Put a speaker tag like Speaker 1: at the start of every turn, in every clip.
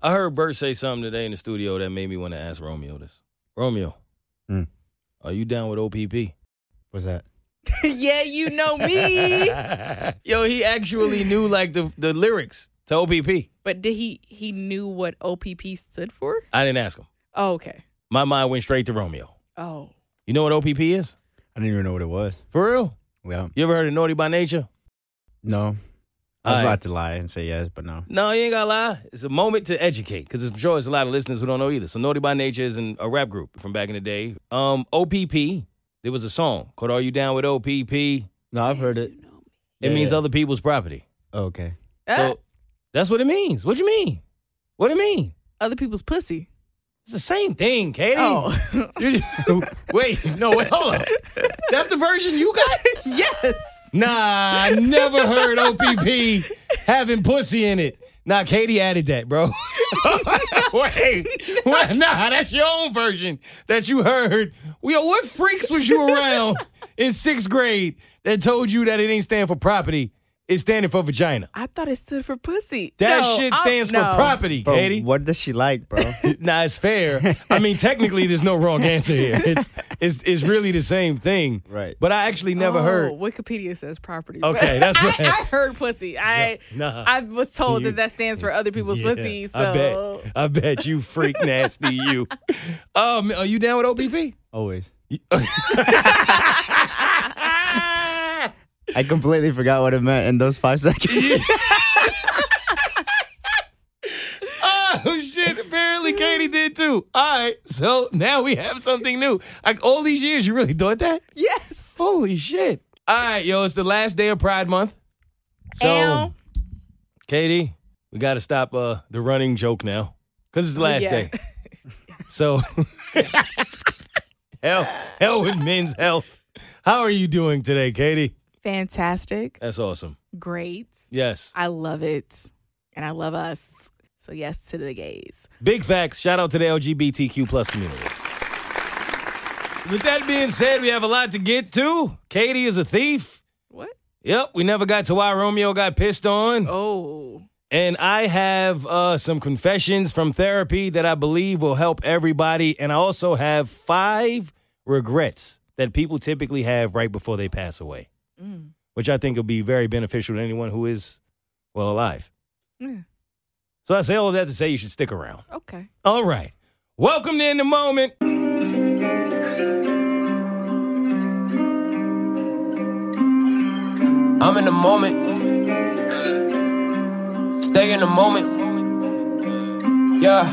Speaker 1: I heard Bert say something today in the studio that made me want to ask Romeo this. Romeo,
Speaker 2: Hmm.
Speaker 1: are you down with OPP?
Speaker 2: What's that?
Speaker 3: yeah, you know me.
Speaker 1: Yo, he actually knew like the the lyrics to OPP.
Speaker 3: but did he he knew what OPP stood for?
Speaker 1: I didn't ask him.
Speaker 3: Oh, okay.
Speaker 1: My mind went straight to Romeo.
Speaker 3: Oh.
Speaker 1: You know what OPP is?
Speaker 2: I didn't even know what it was.
Speaker 1: For real?
Speaker 2: Well,
Speaker 1: You ever heard of Naughty by Nature?
Speaker 2: no. I was
Speaker 1: All right.
Speaker 2: about to lie and say yes, but no.
Speaker 1: No, you ain't gotta lie. It's a moment to educate because I'm sure there's a lot of listeners who don't know either. So Naughty by Nature is an, a rap group from back in the day. Um, OPP, there was a song called "Are You Down with OPP." It
Speaker 2: No, I've heard it.
Speaker 1: means
Speaker 2: Yeah.
Speaker 1: other people's property.
Speaker 2: Okay.
Speaker 3: Ah,
Speaker 1: So that's what it means. What you mean? What do you mean?
Speaker 3: other people's pussy.
Speaker 1: It's the same thing, Katie.
Speaker 3: Oh.
Speaker 1: You- wait, no, wait, hold on. That's the version you got?
Speaker 3: yes.
Speaker 1: Nah, I never heard OPP having pussy in it. Nah, Katie added that, bro. wait, wait, nah, that's your own version that you heard. Yo, what freaks was you around in sixth grade that told you that it ain't stand for property? It's standing for vagina.
Speaker 3: I thought it stood for pussy.
Speaker 1: That
Speaker 3: No,
Speaker 1: shit
Speaker 3: I-
Speaker 1: stands
Speaker 3: no.
Speaker 1: for property,
Speaker 2: Bro,
Speaker 1: Katie.
Speaker 2: what does she like, bro?
Speaker 1: Nah, it's fair. I mean, technically, there's no wrong answer here. It's it's it's really the same thing.
Speaker 2: Right.
Speaker 1: But I actually never
Speaker 3: Oh,
Speaker 1: heard.
Speaker 3: Wikipedia says property.
Speaker 1: Okay, that's
Speaker 3: I,
Speaker 1: right.
Speaker 3: I heard pussy. I
Speaker 1: Nah.
Speaker 3: I was told
Speaker 1: You-
Speaker 3: that that stands for other people's
Speaker 1: Yeah,
Speaker 3: pussy. So
Speaker 1: I bet. I bet you freak nasty you. Um, are you down with OPP?
Speaker 2: Always.
Speaker 3: Ah!
Speaker 2: I completely forgot what it meant in those five seconds.
Speaker 1: Oh shit! Apparently, Katie did too. All right, so now we have something new. Like all these years, you really thought that?
Speaker 3: yes.
Speaker 1: Holy shit! All right, yo, it's the last day of Pride Month. So,
Speaker 3: Ow.
Speaker 1: Katie, we got to stop uh the running joke now because it's the last
Speaker 3: Yeah.
Speaker 1: day. So, hell, hell with men's health. How are you doing today, Katie?
Speaker 3: Fantastic.
Speaker 1: That's awesome.
Speaker 3: Great.
Speaker 1: Yes.
Speaker 3: I love it. And I love us. So yes to the gays.
Speaker 1: Big facts. Shout out to the LGBTQ plus community. With that being said, we have a lot to get to. Katie is a thief.
Speaker 3: What?
Speaker 1: Yep, we never got to why Romeo got pissed on.
Speaker 3: Oh.
Speaker 1: And I have uh, some confessions from therapy that I believe will help everybody. And I also have five regrets that people typically have right before they pass away,
Speaker 3: Mm.
Speaker 1: which I think will be very beneficial to anyone who is, well, alive.
Speaker 3: Yeah.
Speaker 1: So I say all of that to say you should stick around.
Speaker 3: Okay.
Speaker 1: All right. Welcome to In the Moment.
Speaker 4: I'm in the moment. Stay in the moment. Yeah,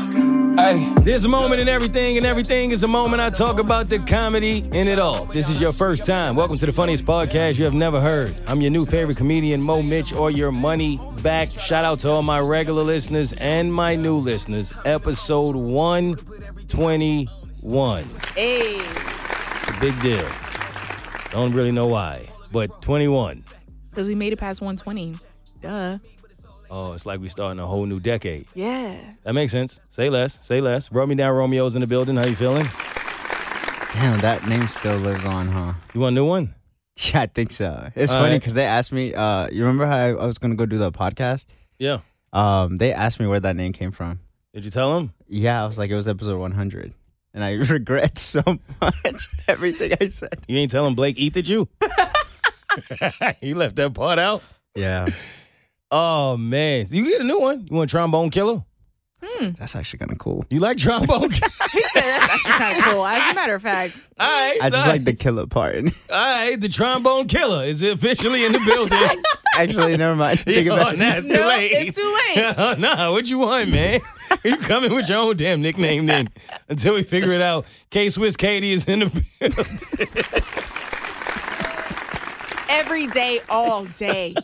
Speaker 4: hey.
Speaker 1: There's a moment in everything, and everything is a moment. I talk about the comedy in it all. This is your first time. Welcome to the funniest podcast you have never heard. I'm your new favorite comedian, Mo Mitch, or your money back. Shout out to all my regular listeners and my new listeners. Episode 121.
Speaker 3: Hey.
Speaker 1: It's a big deal. Don't really know why, but 21.
Speaker 3: Because we made it past 120. Duh.
Speaker 1: Oh, it's like we starting a whole new decade.
Speaker 3: Yeah.
Speaker 1: That makes sense. Say less. Say less. Rub me down. Romeo's in the building. How you feeling?
Speaker 2: Damn, that name still lives on, huh?
Speaker 1: You want a new one?
Speaker 2: Yeah, I think so. It's
Speaker 1: All
Speaker 2: funny
Speaker 1: right.
Speaker 2: because they asked me. Uh, you remember how I, I was gonna go do the podcast?
Speaker 1: Yeah.
Speaker 2: Um, they asked me where that name came from.
Speaker 1: Did you tell him?
Speaker 2: Yeah, I was like, it was episode 100, and I regret so much everything I said.
Speaker 1: You ain't telling Blake eated you? you left that part out?
Speaker 2: Yeah,
Speaker 1: Oh, man. You get a new one. You want Trombone Killer?
Speaker 2: that's actually kind of cool.
Speaker 1: You like Trombone Killer?
Speaker 3: He said that's actually kind of cool. As a matter of fact,
Speaker 1: All right.
Speaker 2: I just
Speaker 1: all
Speaker 2: like
Speaker 1: right.
Speaker 2: the killer part.
Speaker 1: All right. The Trombone Killer is officially in the building.
Speaker 2: actually, never mind. Take it
Speaker 1: Yo,
Speaker 2: back.
Speaker 1: nah, it's too
Speaker 3: No,
Speaker 1: late. Oh,
Speaker 3: it's too late.
Speaker 1: nah, what you want, man? you coming with your own damn nickname then until we figure it out. K Swiss Katie is in the building.
Speaker 3: every day, all day.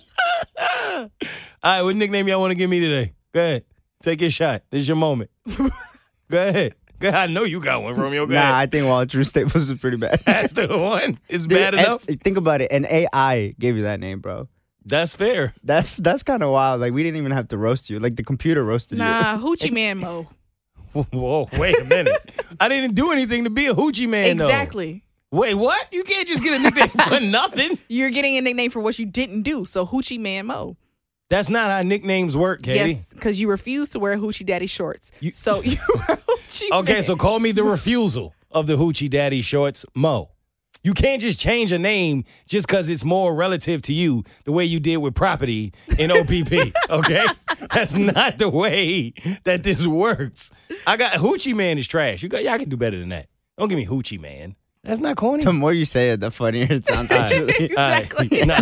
Speaker 1: All right, what nickname y'all want to give me today? Go ahead. Take your shot. This is your moment. Go ahead. I know you got one, Romeo. Go
Speaker 2: Nah,
Speaker 1: ahead.
Speaker 2: I think Wild Drew Staples is pretty bad.
Speaker 1: That's the one. It's
Speaker 2: Dude,
Speaker 1: bad
Speaker 2: and-
Speaker 1: enough.
Speaker 2: think about it. An AI gave you that name, bro.
Speaker 1: That's fair.
Speaker 2: That's that's kind of wild. Like we didn't even have to roast you. Like the computer roasted you.
Speaker 3: Nah, Hoochie Man Mo.
Speaker 1: Whoa, wait a minute. I didn't do anything to be a hoochie man, though.
Speaker 3: exactly.
Speaker 1: Wait, what? You can't just get a nickname for nothing.
Speaker 3: You're getting a nickname for what you didn't do. So Hoochie Man Mo.
Speaker 1: That's not how nicknames work, Katie.
Speaker 3: Yes, because you refuse to wear Hoochie Daddy shorts.
Speaker 1: You-
Speaker 3: so you are Hoochie
Speaker 1: Okay,
Speaker 3: Man.
Speaker 1: so call me the refusal of the Hoochie Daddy shorts, Mo. You can't just change a name just because it's more relative to you the way you did with property in OPP, okay? That's not the way that this works. I got Hoochie Man is trash. You got y'all can do better than that. Don't give me Hoochie Man. That's not corny.
Speaker 2: The more you say it, the funnier it sounds. Actually,
Speaker 1: All right. Nah,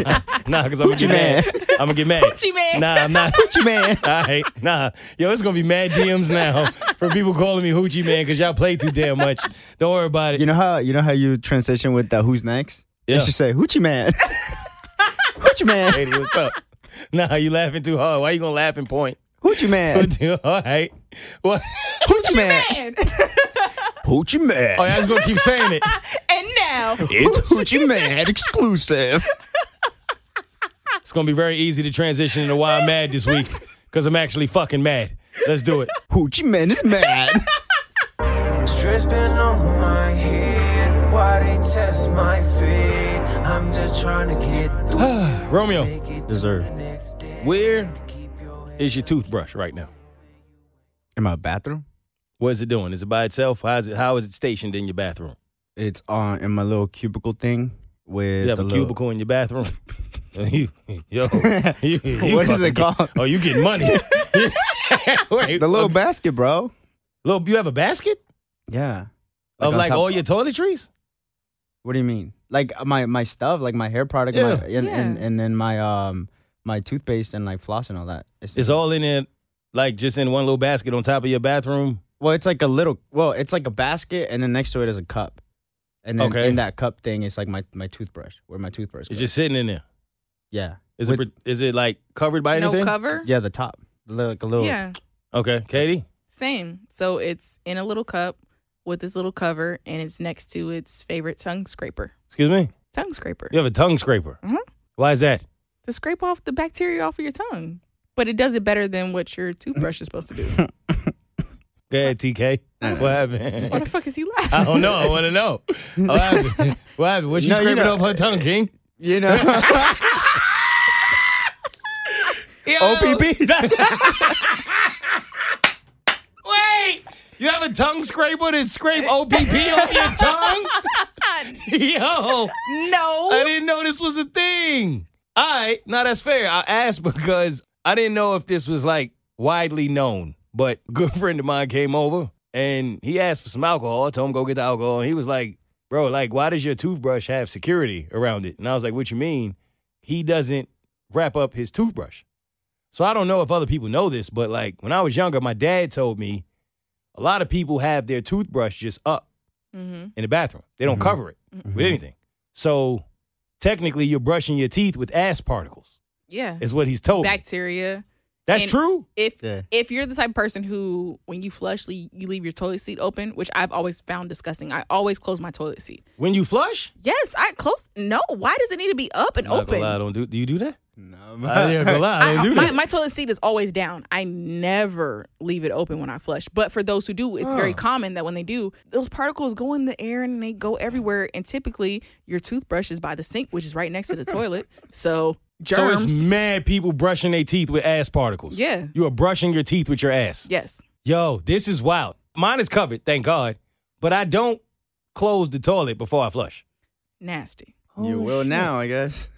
Speaker 1: nah, because I'm gonna get
Speaker 2: Hoochie Man.
Speaker 1: mad. I'm gonna get mad.
Speaker 3: Hoochie Man.
Speaker 1: Nah, I'm not.
Speaker 2: Hoochie man.
Speaker 1: All right, nah, yo, it's gonna be mad DMs now for people calling me Hoochie Man because y'all play too damn much. Don't worry about it.
Speaker 2: You know how you know how you transition with the who's next?
Speaker 1: Yeah.
Speaker 2: You should say Hoochie man. Hoochie man.
Speaker 1: Katie, what's up? Nah, you laughing too hard. Why you gonna laugh and point?
Speaker 2: Hoochie man.
Speaker 1: All right. Well,
Speaker 2: Hoochie man.
Speaker 3: and,
Speaker 2: Hoochie
Speaker 1: oh,
Speaker 2: man.
Speaker 1: I was gonna keep saying it.
Speaker 3: and now
Speaker 2: It's Hoochie man exclusive.
Speaker 1: It's gonna be very easy to transition into why I'm mad this week because I'm actually fucking mad. Let's do it.
Speaker 2: Hoochie man is mad.
Speaker 4: Stress been on my head. Why they test my feet? I'm just trying to get through.
Speaker 1: Romeo,
Speaker 2: Deserved.
Speaker 4: next day.
Speaker 1: where is your toothbrush right now?
Speaker 2: In my bathroom.
Speaker 1: What is it doing? Is it by itself? How is it? How is it stationed in your bathroom?
Speaker 2: It's on in my little cubicle thing with
Speaker 1: You have a
Speaker 2: the little-
Speaker 1: cubicle in your bathroom. You- yo, you- you
Speaker 2: What is
Speaker 1: fucking
Speaker 2: it called?
Speaker 1: Get, oh, you get money. Wait,
Speaker 2: The little
Speaker 1: okay.
Speaker 2: basket, bro.
Speaker 1: little. You have a basket
Speaker 2: Yeah.
Speaker 1: of
Speaker 2: on
Speaker 1: like
Speaker 2: top-
Speaker 1: all your toiletries.
Speaker 2: What do you mean? Like uh, my my stuff, like my hair product,
Speaker 1: Yeah.
Speaker 2: my, and, and
Speaker 3: Yeah.
Speaker 2: and then my um my toothpaste and like floss and all that.
Speaker 1: It's all in it, like just in one little basket on top of your bathroom.
Speaker 2: well, it's like a little well, it's like a basket, and then next to it is a cup, and then
Speaker 1: Okay.
Speaker 2: in that cup thing is like my my toothbrush, where my toothbrush.
Speaker 1: It's
Speaker 2: goes.
Speaker 1: just sitting in there.
Speaker 2: yeah,
Speaker 1: Is
Speaker 2: With-
Speaker 1: it is it like covered by
Speaker 3: no
Speaker 1: anything?
Speaker 3: cover.
Speaker 2: yeah the top, like a little.
Speaker 3: yeah,
Speaker 1: Okay, Katie.
Speaker 3: same. So it's in a little cup with this little cover, and it's next to its favorite tongue scraper.
Speaker 1: Excuse me.
Speaker 3: Tongue scraper
Speaker 1: You have a tongue scraper.
Speaker 3: Mhm.
Speaker 1: Why is that?
Speaker 3: to scrape off the bacteria off of your tongue, but it does it better than what your toothbrush is supposed to do.
Speaker 1: Go ahead, TK. What happened?
Speaker 3: Why the fuck is he
Speaker 1: I
Speaker 3: laughing?
Speaker 1: don't know. I want to know. What happened? What happened? Was she
Speaker 2: No, you
Speaker 1: scraping
Speaker 2: know-
Speaker 1: off her tongue, King?
Speaker 2: You know, OPP.
Speaker 1: Wait! You have a tongue scraper to scrape OPP off your tongue? Yo, I
Speaker 3: No.
Speaker 1: didn't know this was a thing. All right, now that's fair. I asked because I didn't know if this was like widely known, but a good friend of mine came over and he asked for some alcohol. I told him go get the alcohol. And he was like, bro, like, why does your toothbrush have security around it? And I was like, what you mean? He doesn't wrap up his toothbrush. So I don't know if other people know this, but like when I was younger, my dad told me a lot of people have their toothbrush just up
Speaker 3: Mm-hmm.
Speaker 1: in the bathroom. They don't cover it with anything. So technically, you're brushing your teeth with ass particles.
Speaker 3: Yeah.
Speaker 1: Is what he's told. me.
Speaker 3: Bacteria.
Speaker 1: That's
Speaker 3: and-
Speaker 1: true.
Speaker 3: If
Speaker 2: Yeah.
Speaker 3: if you're the type of person who, when you flush, le- you leave your toilet seat open, which I've always found disgusting. I always close my toilet seat.
Speaker 1: When you flush,
Speaker 3: Yes, I close. No, why does it need to be up and
Speaker 1: Not gonna
Speaker 3: open?
Speaker 1: lie, I don't do. Do you do that?
Speaker 2: no,
Speaker 1: I ain't gonna lie, I don't
Speaker 3: I-
Speaker 1: do
Speaker 3: my,
Speaker 1: that.
Speaker 3: my toilet seat is always down. I never leave it open when I flush. But for those who do, it's
Speaker 1: Oh.
Speaker 3: very common that when they do, those particles go in the air and they go everywhere. And typically, your toothbrush is by the sink, which is right next to the toilet. So
Speaker 1: so
Speaker 3: germs.
Speaker 1: it's mad people brushing their teeth with ass particles.
Speaker 3: Yeah.
Speaker 1: You are brushing your teeth with your ass.
Speaker 3: yes.
Speaker 1: Yo, this is wild. Mine is covered, thank God. But I don't close the toilet before I flush.
Speaker 3: Nasty.
Speaker 2: you will now, I guess.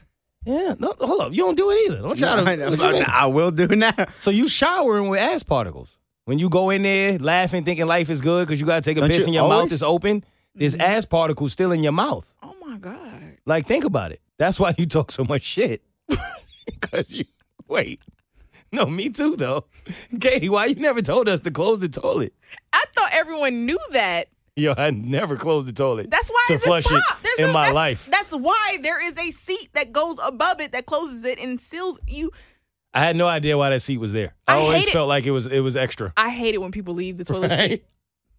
Speaker 1: Yeah. No, hold up. You don't do it either. Don't try
Speaker 2: No,
Speaker 1: to.
Speaker 2: I, know.
Speaker 1: what you mean?
Speaker 2: I will do now.
Speaker 1: So you showering with ass particles. When you go in there laughing, thinking life is good because you gotta take a
Speaker 2: Don't
Speaker 1: piss
Speaker 2: you
Speaker 1: and your mouth
Speaker 2: always?
Speaker 1: is open, there's ass particles still in your mouth.
Speaker 3: Oh my God.
Speaker 1: Like think about it. That's why you talk so much shit. Cause you wait. No, me too though. Katie, why you never told us to close the toilet?
Speaker 3: I thought everyone knew that.
Speaker 1: Yo, I never closed the toilet.
Speaker 3: That's why
Speaker 1: to
Speaker 3: it's
Speaker 1: flush
Speaker 3: a top.
Speaker 1: it
Speaker 3: There's
Speaker 1: in
Speaker 3: no-
Speaker 1: my
Speaker 3: that's,
Speaker 1: life.
Speaker 3: That's why there is a seat that goes above it that closes it and seals you.
Speaker 1: I had no idea why that seat was there. I,
Speaker 3: I
Speaker 1: always
Speaker 3: hate it.
Speaker 1: felt like it was it was extra.
Speaker 3: I hate it when people leave the toilet seat
Speaker 1: Right?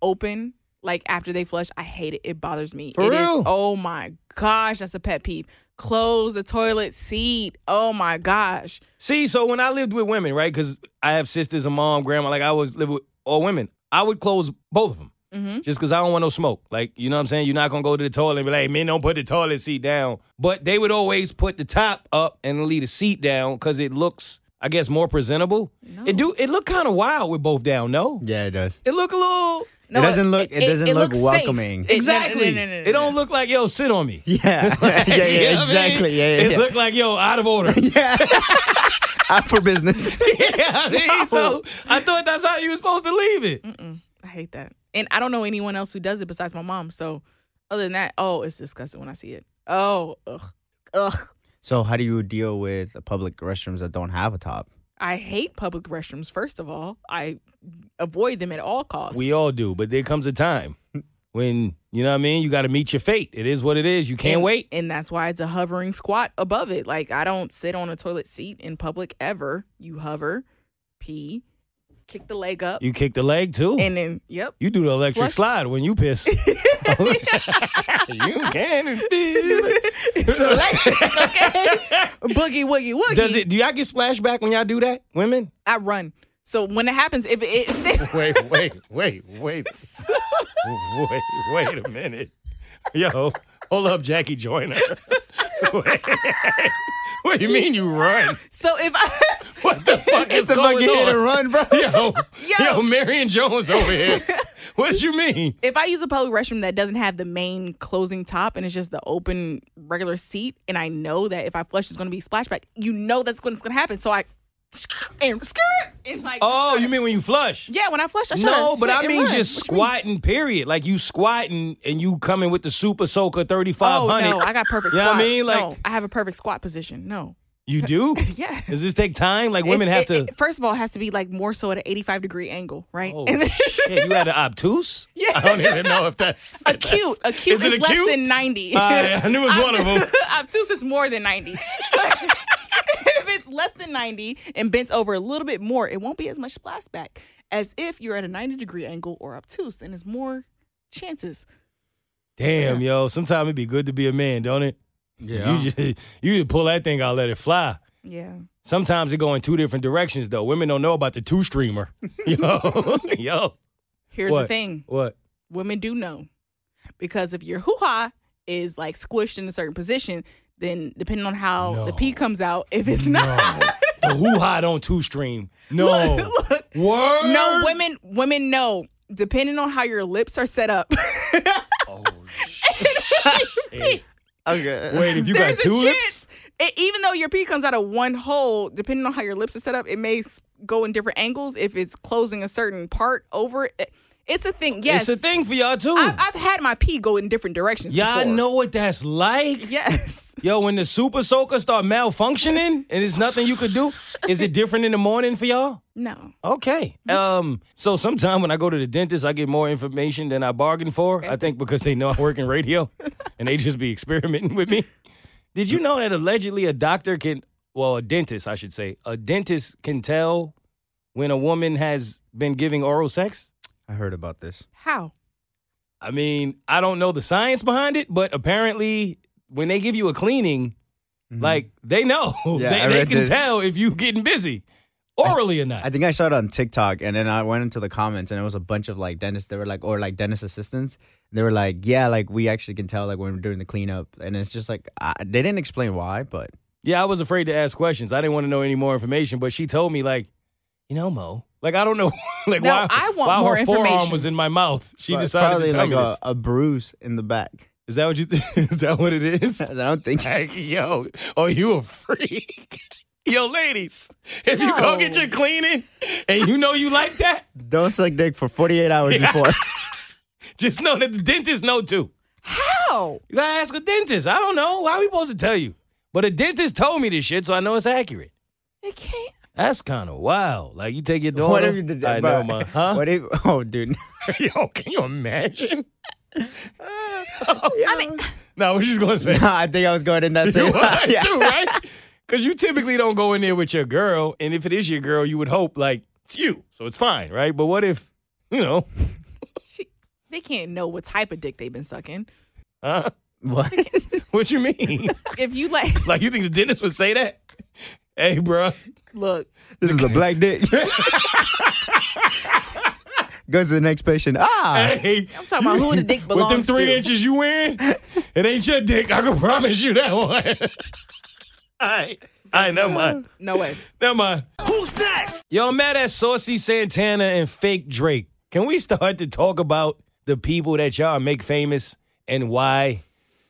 Speaker 3: open like after they flush. I hate it. It bothers me.
Speaker 1: For
Speaker 3: It is-
Speaker 1: real?
Speaker 3: oh my gosh, that's a pet peeve. Close the toilet seat. Oh my gosh.
Speaker 1: See, so when I lived with women, right? Because I have sisters, a mom, grandma. Like I always live with all women. I would close both of them
Speaker 3: Mhm.
Speaker 1: just because I don't want no smoke. Like you know what I'm saying? You're not gonna go to the toilet and be like, "Men, don't put the toilet seat down." But they would always put the top up and leave the seat down because it looks, I guess, more presentable. It do. It look kind of wild with both down. No,
Speaker 2: Yeah, it does.
Speaker 1: it look a little.
Speaker 3: No,
Speaker 2: doesn't look- it doesn't look
Speaker 3: looks safe.
Speaker 2: welcoming.
Speaker 3: It- no, no,
Speaker 1: Exactly.
Speaker 3: no, no, no, no.
Speaker 1: it don't look like yo, sit on me.
Speaker 2: Yeah,
Speaker 1: You know
Speaker 2: yeah, yeah,
Speaker 1: what I mean?
Speaker 2: exactly. Yeah, yeah,
Speaker 1: It
Speaker 2: yeah.
Speaker 1: looked like yo, out of order.
Speaker 2: Out for business.
Speaker 1: yeah, I mean, so I thought that's how you were supposed to leave it.
Speaker 3: I hate that. And I don't know anyone else who does it besides my mom. So other than that, oh, it's disgusting when I see it. Oh, ugh, ugh.
Speaker 2: so, how do you deal with public restrooms that don't have a top?
Speaker 3: I hate public restrooms. First of all, I avoid them at all costs.
Speaker 1: We all do, but there comes a time when you know what I mean. You got to meet your fate. It is what it is. You can't
Speaker 3: and,
Speaker 1: wait.
Speaker 3: and that's why it's a hovering squat above it. Like I don't sit on a toilet seat in public ever. You hover, pee, kick the leg up,
Speaker 1: You kick the leg too.
Speaker 3: and then yep.
Speaker 1: you do the electric
Speaker 3: Flush.
Speaker 1: slide when you piss. you can.
Speaker 3: it's electric, okay? boogie woogie woogie.
Speaker 1: Does it? Do y'all get splashback when y'all do that, women?
Speaker 3: I run. So when it happens, if it, if
Speaker 1: Wait, wait, wait, wait, wait, wait a minute, yo, hold up, Jackie Joyner. Wait. what do you mean you run?
Speaker 3: so if I
Speaker 1: What the fuck is
Speaker 2: It's a fucking
Speaker 1: going on?
Speaker 2: hit and run, bro.
Speaker 1: Yo, yo, Marion Jones over here. What you mean?
Speaker 3: if I use a public restroom that doesn't have the main closing top and it's just the open regular seat, and I know that if I flush, it's going to be splashback. You know that's what's going to happen. So I and skirt and like
Speaker 1: Oh, you mean when you flush?
Speaker 3: yeah, when I flush, I shut
Speaker 1: No, but I
Speaker 3: and
Speaker 1: mean
Speaker 3: run.
Speaker 1: just
Speaker 3: What you mean?
Speaker 1: squatting, period. Like you squatting and you coming with the Super Soaker 3500.
Speaker 3: Oh no, I got perfect.
Speaker 1: You know
Speaker 3: squat.
Speaker 1: what I mean? Like,
Speaker 3: no, I have a perfect squat position. No,
Speaker 1: you do?
Speaker 3: Yeah.
Speaker 1: Does this take time? Like, women have
Speaker 3: It's-
Speaker 1: to.
Speaker 3: it- it- first of all, it has to be like more so at an eighty-five degree angle, right?
Speaker 1: oh,
Speaker 3: and then
Speaker 1: shit. You had an obtuse? Yeah. I don't even know if that's.
Speaker 3: acute, acute is,
Speaker 1: Is it
Speaker 3: less
Speaker 1: acute?
Speaker 3: than ninety.
Speaker 1: I, I knew it was one of them.
Speaker 3: obtuse is more than 90. if it's less than 90 and bent over a little bit more, it won't be as much splashback as if you're at a 90 degree angle or obtuse, then it's more chances.
Speaker 1: Damn, yo. Sometimes it'd be good to be a man, don't it? You just, you just pull that thing out, let it fly.
Speaker 3: Yeah.
Speaker 1: Sometimes it go in two different directions, though. Women don't know about the two streamer. Yo, yo.
Speaker 3: Here's the
Speaker 1: What?
Speaker 3: thing
Speaker 1: What?
Speaker 3: women do know because if your hoo ha is like squished in a certain position, then depending on how the
Speaker 1: No.
Speaker 3: pee comes out, if it's not.
Speaker 1: The hoo ha don't two stream. No. Word.
Speaker 3: No, women women know. Depending on how your lips are set up,
Speaker 1: Oh, Hey,
Speaker 2: Okay.
Speaker 1: wait, if you got
Speaker 3: there's
Speaker 1: two
Speaker 3: a
Speaker 1: lips,
Speaker 3: chance. It, even though your pee comes out of one hole, depending on how your lips are set up, it may s- go in different angles. If it's closing a certain part over, it, it's a thing. Yes,
Speaker 1: it's a thing for y'all too.
Speaker 3: I've, I've had my pee go in different directions.
Speaker 1: y'all
Speaker 3: before.
Speaker 1: know what that's like.
Speaker 3: Yes.
Speaker 1: Yo, when the super soaker start malfunctioning and it's nothing you could do, is it different in the morning for y'all?
Speaker 3: No.
Speaker 1: Okay.
Speaker 2: Mm-hmm.
Speaker 1: Um. So sometime when I go to the dentist, I get more information than I bargained for. I think because they know I work in radio, and they just be experimenting with me. Did you know that allegedly a doctor can, well, a dentist, I should say, a dentist can tell when a woman has been giving oral sex?
Speaker 2: I heard about this.
Speaker 3: How?
Speaker 1: I mean, I don't know the science behind it, but apparently when they give you a cleaning, like they know,
Speaker 2: Mm-hmm. Yeah,
Speaker 1: they,
Speaker 2: I
Speaker 1: they
Speaker 2: read
Speaker 1: can
Speaker 2: this.
Speaker 1: tell if you getting busy, orally or not.
Speaker 2: I think I saw it on TikTok, and then I went into the comments, and it was a bunch of like dentists. They were like, or like dentist assistants. They were like, yeah, like we actually can tell like when we're doing the cleanup, and it's just like I, they didn't explain why, but
Speaker 1: Yeah, I was afraid to ask questions. I didn't want to know any more information, but she told me like, you know, Mo, like I don't know, like
Speaker 3: No,
Speaker 1: why
Speaker 3: I want
Speaker 1: why
Speaker 3: more
Speaker 1: her forearm
Speaker 3: information.
Speaker 1: was in my mouth. She
Speaker 2: but it's
Speaker 1: decided
Speaker 2: probably
Speaker 1: to tell
Speaker 2: like
Speaker 1: me
Speaker 2: a,
Speaker 1: this.
Speaker 2: a bruise in the back.
Speaker 1: Is that what you? is that what it is?
Speaker 2: I don't think.
Speaker 1: Like, yo, oh, you a freak. Yo, ladies, if you go get
Speaker 3: No.
Speaker 1: your cleaning and you know you like that,
Speaker 2: Don't suck dick for 48 hours before.
Speaker 1: just know that the dentist know too.
Speaker 3: How?
Speaker 1: You gotta ask a dentist. I don't know. How we supposed to tell you? But a dentist told me this shit, so I know it's accurate.
Speaker 3: It can't.
Speaker 1: That's kind of wild. Like you take your daughter.
Speaker 2: what if you did
Speaker 1: I
Speaker 2: that,
Speaker 1: know,
Speaker 2: bro?
Speaker 1: man. Huh?
Speaker 2: What if? Oh, dude.
Speaker 1: Yo, can you imagine?
Speaker 3: I mean,
Speaker 1: No, we're just gonna say
Speaker 2: I think I was going in that same.
Speaker 1: you are
Speaker 2: yeah.
Speaker 1: too, right? Because you typically don't go in there with your girl, and if it is your girl, you would hope like it's you, so it's fine, right? But what if you know
Speaker 3: she, They can't know what type of dick they've been sucking.
Speaker 1: Huh?
Speaker 2: What?
Speaker 1: What you mean?
Speaker 3: If you like,
Speaker 1: like you think the dentist would say that? Hey, bruh.
Speaker 3: look,
Speaker 2: this is a black dick. Goes to the next patient. Ah,
Speaker 1: Hey,
Speaker 3: I'm talking about who the dick
Speaker 1: with
Speaker 3: belongs
Speaker 1: them three
Speaker 3: to.
Speaker 1: inches you wearing, it ain't your dick. I can promise you that one. All right. All right, never mind.
Speaker 3: No way.
Speaker 1: Never mind. Who's next? Yo, I'm mad at Saucy Santana and fake Drake. Can we start to talk about the people that y'all make famous and why?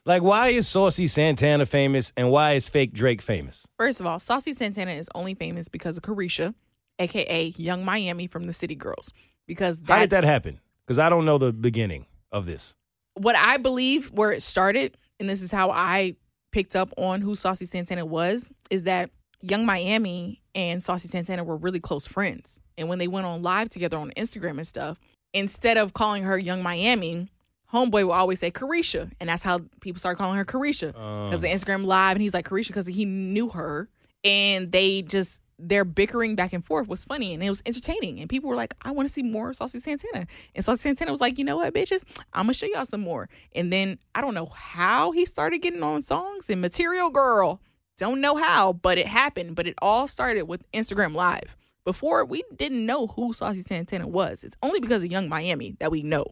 Speaker 1: Like, why is Saucy Santana famous and why is fake Drake famous?
Speaker 3: First of all, Saucy Santana is only famous because of Carisha, aka Young Miami from the City Girls. Because
Speaker 1: How
Speaker 3: that,
Speaker 1: did that happen? Because I don't know the beginning of this.
Speaker 3: what I believe where it started, and this is how I picked up on who Saucy Santana was, is that Young Miami and Saucy Santana were really close friends. And when they went on live together on Instagram and stuff, instead of calling her Young Miami, Homeboy will always say Carisha. And that's how people started calling her Carisha. Because the Instagram live, and he's like Carisha because he knew her. And they just, their bickering back and forth was funny and it was entertaining. And people were like, I want to see more Saucy Santana. And Saucy Santana was like, you know what, bitches? I'm going to show y'all some more. And then I don't know how he started getting on songs and Material Girl. Don't know how, but it happened. But it all started with Instagram Live. Before, we didn't know who Saucy Santana was. It's only because of Young Miami that we know.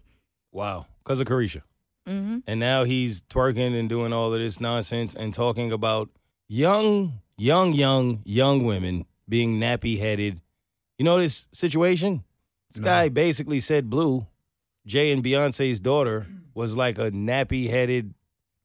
Speaker 1: Wow. Because of Carisha.
Speaker 3: Mm-hmm.
Speaker 1: And now he's twerking and doing all of this nonsense and talking about young, young, young, young women being nappy headed. You know this situation? This guy basically said Blue, Jay and Beyonce's daughter, was like a nappy headed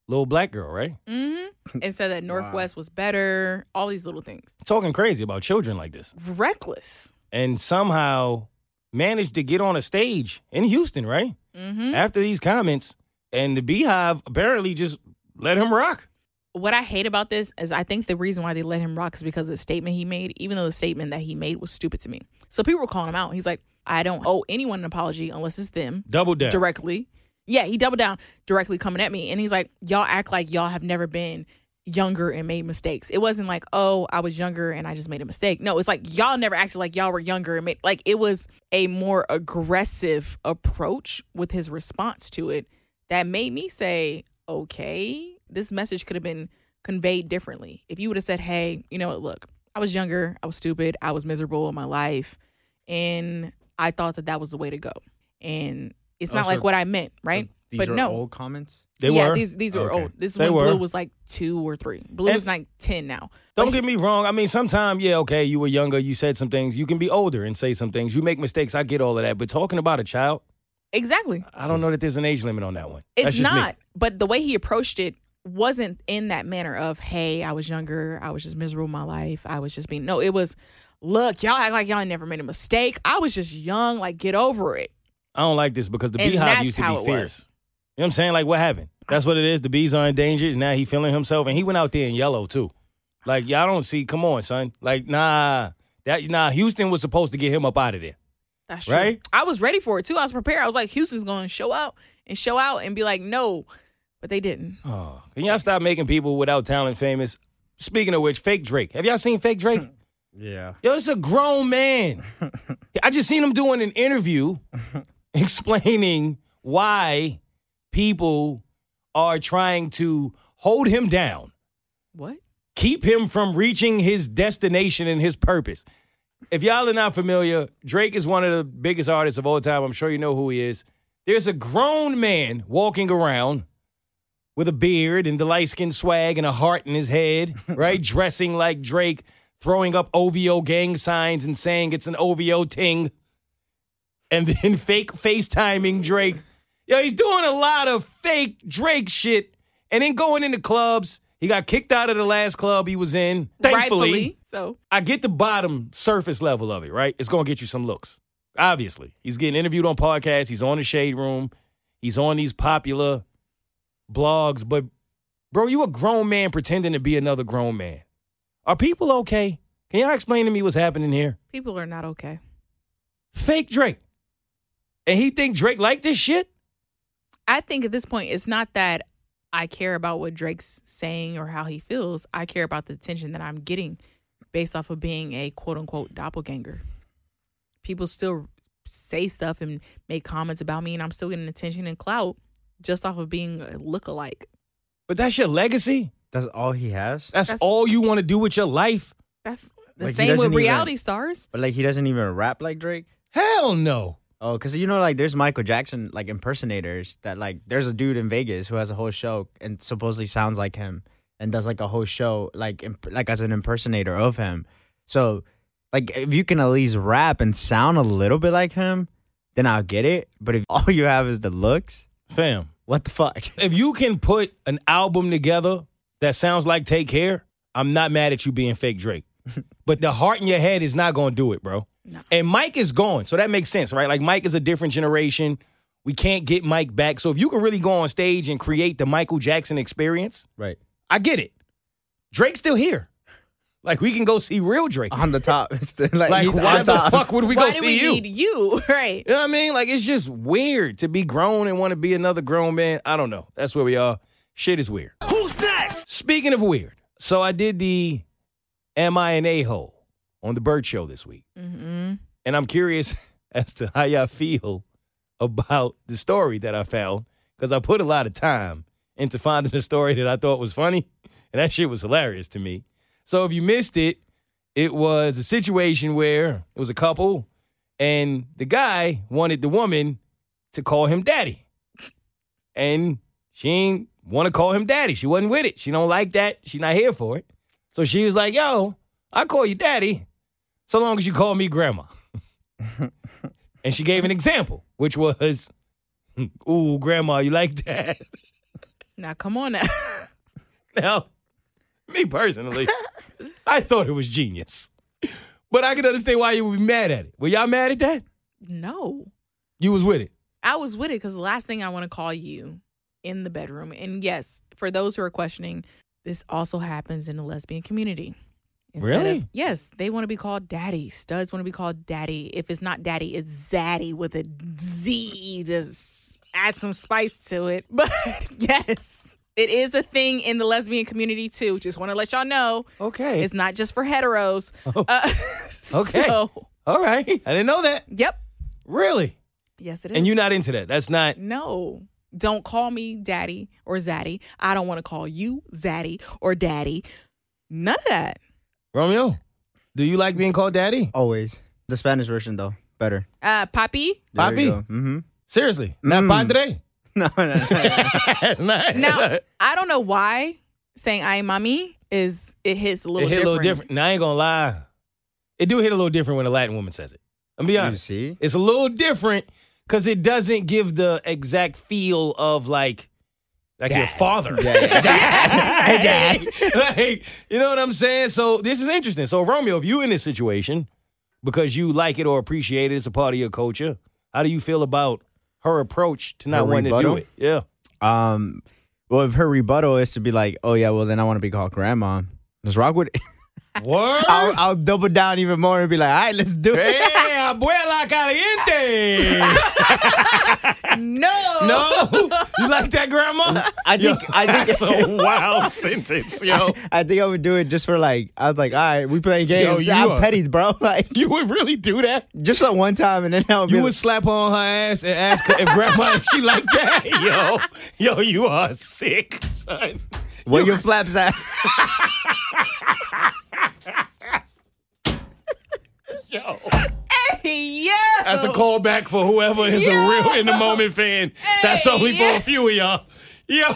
Speaker 1: little black girl, right?
Speaker 3: Mm-hmm. And said that Northwest was better, all these little things.
Speaker 1: Talking crazy about children like this.
Speaker 3: Reckless.
Speaker 1: And somehow managed to get on a stage in Houston, right?
Speaker 3: Mm-hmm.
Speaker 1: After these comments. And the Beehive apparently just let him rock.
Speaker 3: What I hate about this is I think the reason why they let him rock is because of the statement he made, even though the statement that he made was stupid to me. So people were calling him out. He's like, I don't owe anyone an apology unless it's them.
Speaker 1: Double down.
Speaker 3: directly. Yeah, he doubled down directly coming at me. And he's like, Y'all act like y'all have never been younger and made mistakes. It wasn't like, oh, I was younger and I just made a mistake. No, it's like y'all never acted like y'all were younger and made like it was a more aggressive approach with his response to it that made me say, Okay, this message could have been conveyed differently. If you would have said, Hey, you know what, look, I was younger, I was stupid, I was miserable in my life, and I thought that that was the way to go. And it's not
Speaker 1: Also-
Speaker 3: like what I meant, right?
Speaker 2: Oh, these
Speaker 3: but
Speaker 2: are
Speaker 3: no,
Speaker 2: old comments.
Speaker 1: They
Speaker 3: yeah,
Speaker 1: were.
Speaker 3: these these were
Speaker 2: Okay.
Speaker 3: old. This is
Speaker 1: They
Speaker 3: when
Speaker 1: were.
Speaker 3: blue was like two or three. Blue
Speaker 1: And-
Speaker 3: is like ten now.
Speaker 1: Don't get me wrong. I mean, sometimes, yeah, okay, you were younger, you said some things. You can be older and say some things. You make mistakes. I get all of that. But talking about a child,
Speaker 3: Exactly.
Speaker 1: I don't know that there's an age limit on that one. That's
Speaker 3: It's
Speaker 1: just me.
Speaker 3: not. But the way he approached it wasn't in that manner of, hey, I was younger, I was just miserable in my life, I was just being no, it was look, y'all act like y'all never made a mistake. I was just young, like get over it.
Speaker 1: I don't like this because the
Speaker 3: And
Speaker 1: beehive
Speaker 3: that's
Speaker 1: used
Speaker 3: how
Speaker 1: to
Speaker 3: it
Speaker 1: be
Speaker 3: was.
Speaker 1: fierce. You know what I'm saying? Like, what happened? That's what it is. The bees are endangered. Now he feeling himself, and he went out there in yellow too. Like, y'all don't see. Come on, son. Like, nah, that nah. Houston was supposed to get him up out of there.
Speaker 3: That's true.
Speaker 1: Right?
Speaker 3: I was ready for it too. I was prepared. I was like, Houston's gonna show out and show out and be like, no. But they didn't.
Speaker 1: Oh, can y'all stop making people without talent famous? Speaking of which, fake Drake. Have y'all seen fake Drake?
Speaker 2: Yeah.
Speaker 1: Yo, it's a grown man. I just seen him doing an interview explaining why people are trying to hold him down,
Speaker 3: What?
Speaker 1: keep him from reaching his destination and his purpose. If y'all are not familiar, Drake is one of the biggest artists of all time. I'm sure you know who he is. There's a grown man walking around with a beard and the light skinned swag and a heart in his head, right? Dressing like Drake, throwing up OVO gang signs and saying it's an OVO ting, and then fake FaceTiming Drake. Yo, he's doing a lot of fake Drake shit and then going into clubs. He got kicked out of the last club he was in. Thankfully.
Speaker 3: Rightfully. So
Speaker 1: I get the bottom surface level of it, right? It's going to get you some looks. Obviously, he's getting interviewed on podcasts. He's on the Shade Room. He's on these popular blogs. But, bro, you a grown man pretending to be another grown man. Are people okay? Can y'all explain to me what's happening here?
Speaker 3: people are not okay.
Speaker 1: Fake Drake. And he think Drake like this shit?
Speaker 3: I think at this point, it's not that I care about what Drake's saying or how he feels. I care about the attention that I'm getting based off of being a quote unquote doppelganger. People still say stuff and make comments about me, and I'm still getting attention and clout just off of being a lookalike.
Speaker 1: But that's your legacy.
Speaker 2: That's all he has.
Speaker 1: That's,
Speaker 3: That's-
Speaker 1: all you want to do with your life.
Speaker 3: That's the
Speaker 2: Like, he
Speaker 3: same with
Speaker 2: doesn't
Speaker 3: reality
Speaker 2: even-
Speaker 3: stars.
Speaker 2: But like he doesn't even rap like Drake.
Speaker 1: Hell no.
Speaker 2: Oh, because you know, like there's Michael Jackson like impersonators that like there's a dude in Vegas who has a whole show and supposedly sounds like him and does like a whole show like imp- like as an impersonator of him. So like if you can at least rap and sound a little bit like him, then I'll get it. But if all you have is the looks,
Speaker 1: Fam.
Speaker 2: what the fuck?
Speaker 1: If you can put an album together that sounds like Take Care, I'm not mad at you being fake Drake. but the heart in your head is not going to do it, bro. And Mike is gone. So that makes sense, right? Like Mike is a different generation. We can't get Mike back. So if you can really go on stage and create the Michael Jackson experience,
Speaker 2: Right
Speaker 1: I get it. Drake's still here. Like we can go see real
Speaker 3: Uh,
Speaker 1: Drake.
Speaker 2: on the top, It's the- like,
Speaker 1: Like
Speaker 2: he's
Speaker 1: why
Speaker 2: on
Speaker 1: the
Speaker 2: top.
Speaker 1: fuck would we
Speaker 3: Why
Speaker 1: go
Speaker 3: do
Speaker 1: see
Speaker 3: we
Speaker 1: you?
Speaker 3: need you? Right.
Speaker 1: You know what I mean? Like it's just weird to be grown and want to be another grown man. I don't know. That's where we are. Shit is weird. Who's next? Speaking of weird, so I did the Am I an A hole on the Bird Show this week.
Speaker 3: Mm-hmm.
Speaker 1: And I'm curious as to how y'all feel about the story that I found. Because I put a lot of time into finding a story that I thought was funny. And that shit was hilarious to me. So if you missed it, it was a situation where it was a couple and the guy wanted the woman to call him daddy. And she ain't want to call him daddy. She wasn't with it. She don't like that. She not here for it. So she was like, yo, I call you daddy so long as you call me grandma. and she gave an example, which was, ooh, grandma, you like that?
Speaker 3: Now come on now.
Speaker 1: Now, me personally, I thought it was genius. But I can understand why you would be mad at it. Were y'all mad at that?
Speaker 3: no.
Speaker 1: You was with it.
Speaker 3: I was with it because the last thing I want to call you in the bedroom. And yes, for those who are questioning, this also happens in the lesbian community. of-
Speaker 1: Really?
Speaker 3: yes, they want to be called daddy. Studs want to be called daddy. If it's not daddy, it's zaddy with a Z to s- add some spice to it. But yes, it is a thing in the lesbian community too. Just want to let y'all know
Speaker 1: Okay.
Speaker 3: it's not just for heteros. Uh,
Speaker 1: Eh. Oh. Okay.
Speaker 3: so,
Speaker 1: All right. I didn't know that.
Speaker 3: yep.
Speaker 1: Really?
Speaker 3: Yes, it is.
Speaker 1: And you're not into that. That's not.
Speaker 3: No. Don't call me daddy or zaddy. I don't want to call you zaddy or daddy. None of that.
Speaker 1: Romeo, do you like being called daddy?
Speaker 2: Always the Spanish version though better.
Speaker 3: Uh, Poppy.
Speaker 1: Papi?
Speaker 2: Mm-hmm.
Speaker 1: Seriously. Not
Speaker 2: Mm.
Speaker 1: padre?
Speaker 2: No, no, no.
Speaker 1: Nah.
Speaker 3: Now, I don't know why saying I am mommy is it hits a
Speaker 1: it
Speaker 3: little
Speaker 1: hit
Speaker 3: different.
Speaker 1: a little different. Now, I ain't gonna lie. It do hit a little different when a Latin woman says it. I'm be
Speaker 2: you
Speaker 1: honest.
Speaker 2: see,
Speaker 1: It's a little different because it doesn't give the exact feel of like like your father. Dad. like, you know what I'm saying? So this is interesting. So Romeo, if you in this situation because you like it or appreciate it, it's a part of your culture. How do you feel about her approach to
Speaker 2: Her
Speaker 1: not wanting to do
Speaker 2: rebuttal?
Speaker 1: it? Yeah.
Speaker 2: Um, well, if her rebuttal is to be like, "Oh yeah, well then I want to be called grandma," let's rock with it.
Speaker 1: Word.
Speaker 2: I'll, I'll double down even more and be like, "All right, let's do it."
Speaker 1: Hey, abuela caliente.
Speaker 3: No.
Speaker 1: no, you like that, grandma?
Speaker 2: I think I
Speaker 1: That's
Speaker 2: think
Speaker 1: a wild sentence, yo.
Speaker 2: I think I would do it just for like I was like, "All right, we playing games."
Speaker 1: you
Speaker 2: I'm
Speaker 1: are-
Speaker 2: petty, bro. Like
Speaker 1: You would really do that?
Speaker 2: just like one time, and then I would be
Speaker 1: You
Speaker 2: like,
Speaker 1: would slap her on her ass and ask her if grandma if she like that. Yo, yo, you are sick, son.
Speaker 2: "Where your flaps at?"
Speaker 1: Yo.
Speaker 3: Yeah.
Speaker 1: That's a callback for whoever is a real in the moment fan. That's only for
Speaker 3: yeah.
Speaker 1: a few of y'all. Yo.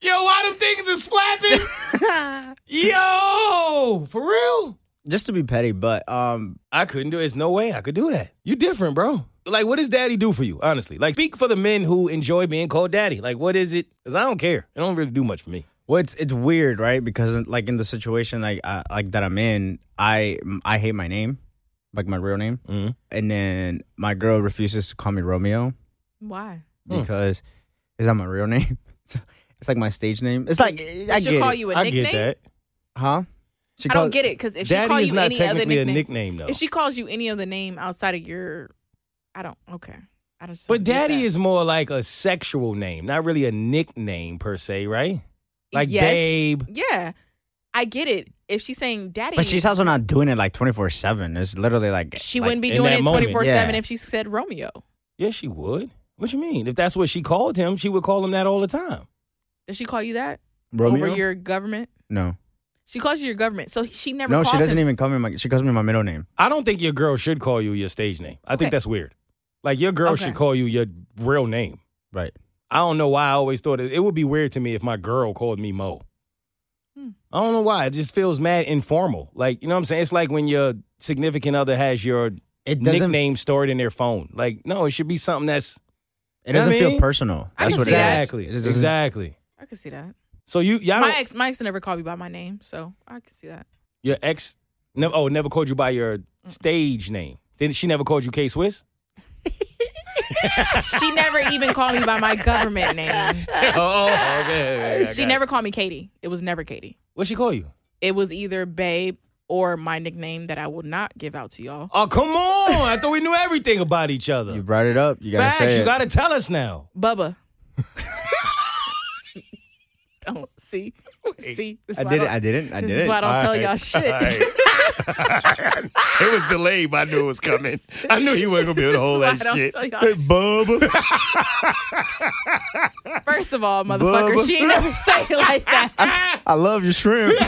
Speaker 1: Yo, why them things is flapping? Yo, for real?
Speaker 2: just to be petty, but um,
Speaker 1: I couldn't do it. There's no way I could do that. You different, bro. Like, what does daddy do for you, honestly? Like, speak for the men who enjoy being called daddy. Like, what is it? Because I don't care. It don't really do much for me.
Speaker 2: Well, it's it's weird, right? Because like in the situation like uh, like that I'm in, I I hate my name, like my real name,
Speaker 1: Mhm.
Speaker 2: and then my girl refuses to call me Romeo
Speaker 3: Why?
Speaker 2: because it's not my real name. So it's like my stage name. It's like I
Speaker 3: She'll
Speaker 2: get
Speaker 3: call
Speaker 2: it.
Speaker 3: you a
Speaker 1: I
Speaker 3: nickname.
Speaker 1: get that.
Speaker 2: huh? She
Speaker 3: I
Speaker 2: called-
Speaker 3: don't get it because if she
Speaker 1: daddy
Speaker 3: calls
Speaker 1: is
Speaker 3: you
Speaker 1: not
Speaker 3: any other
Speaker 1: technically a
Speaker 3: nickname,
Speaker 1: nickname, though.
Speaker 3: if she calls you any other name outside of your, I don't. Okay. I just.
Speaker 1: but
Speaker 3: don't get
Speaker 1: daddy
Speaker 3: that.
Speaker 1: is more like a sexual name, not really a nickname per se, right? Like
Speaker 3: Yes.
Speaker 1: babe,
Speaker 3: Yeah. I get it. If she's saying daddy,
Speaker 2: But she's also not doing it like 24 7. It's literally like.
Speaker 3: she
Speaker 2: like,
Speaker 3: wouldn't be
Speaker 1: in
Speaker 3: doing
Speaker 1: that
Speaker 3: it
Speaker 1: moment,
Speaker 3: 24 7
Speaker 2: yeah.
Speaker 3: if she said Romeo.
Speaker 1: Yeah, she would. What you mean? If that's what she called him, she would call him that all the time.
Speaker 3: Does she call you that?
Speaker 2: Romeo?
Speaker 3: Over your government?
Speaker 2: no.
Speaker 3: She calls you your government. So she never
Speaker 2: No,
Speaker 3: calls
Speaker 2: she doesn't
Speaker 3: him.
Speaker 2: even call me my. She calls me my middle name.
Speaker 1: I don't think your girl should call you your stage name. I
Speaker 3: Okay.
Speaker 1: think that's weird. Like your girl
Speaker 3: Okay.
Speaker 1: should call you your real name.
Speaker 2: Right.
Speaker 1: I don't know why I always thought it, it would be weird to me if my girl called me Mo.
Speaker 3: Hmm.
Speaker 1: I don't know why. It just feels mad informal. Like, you know what I'm saying? It's like when your significant other has your
Speaker 2: It doesn't.
Speaker 1: nickname stored in their phone. Like, no, it should be something that's
Speaker 2: It doesn't
Speaker 1: I mean-
Speaker 2: feel personal.
Speaker 3: I
Speaker 2: That's
Speaker 3: can
Speaker 2: what
Speaker 3: see that.
Speaker 1: exactly.
Speaker 2: it is. It doesn't-
Speaker 1: exactly.
Speaker 3: I can see that.
Speaker 1: So you y'all
Speaker 3: my
Speaker 1: don't,
Speaker 3: ex, my ex never called me by my name, so I can see that.
Speaker 1: your ex never oh, never called you by your stage name. Then she never called you K Swiss?
Speaker 3: She never even called me by my government name.
Speaker 1: oh, okay.
Speaker 3: She never called me Katie. It was never Katie.
Speaker 1: What she call you?
Speaker 3: It was either Babe or my nickname that I will not give out to y'all.
Speaker 1: Oh, come on. I thought we knew everything about each other.
Speaker 2: You brought it up. You gotta
Speaker 1: Facts,
Speaker 2: say
Speaker 1: you
Speaker 2: it.
Speaker 1: gotta tell us now.
Speaker 3: Bubba. Don't see, see. This
Speaker 2: I
Speaker 3: is why
Speaker 2: did it.
Speaker 3: don't-
Speaker 2: I didn't. I
Speaker 3: This is
Speaker 2: didn't.
Speaker 3: why I don't tell
Speaker 1: All
Speaker 3: y'all
Speaker 1: right.
Speaker 3: shit.
Speaker 1: All right. it was delayed, but I knew it was coming. I knew you weren't gonna be able to hold
Speaker 3: This is
Speaker 1: that
Speaker 3: why I
Speaker 1: shit.
Speaker 3: don't tell y'all.
Speaker 1: Bubba.
Speaker 3: First of all, motherfucker,
Speaker 2: Bubba.
Speaker 3: she ain't never say it like that.
Speaker 2: I love your shrimp.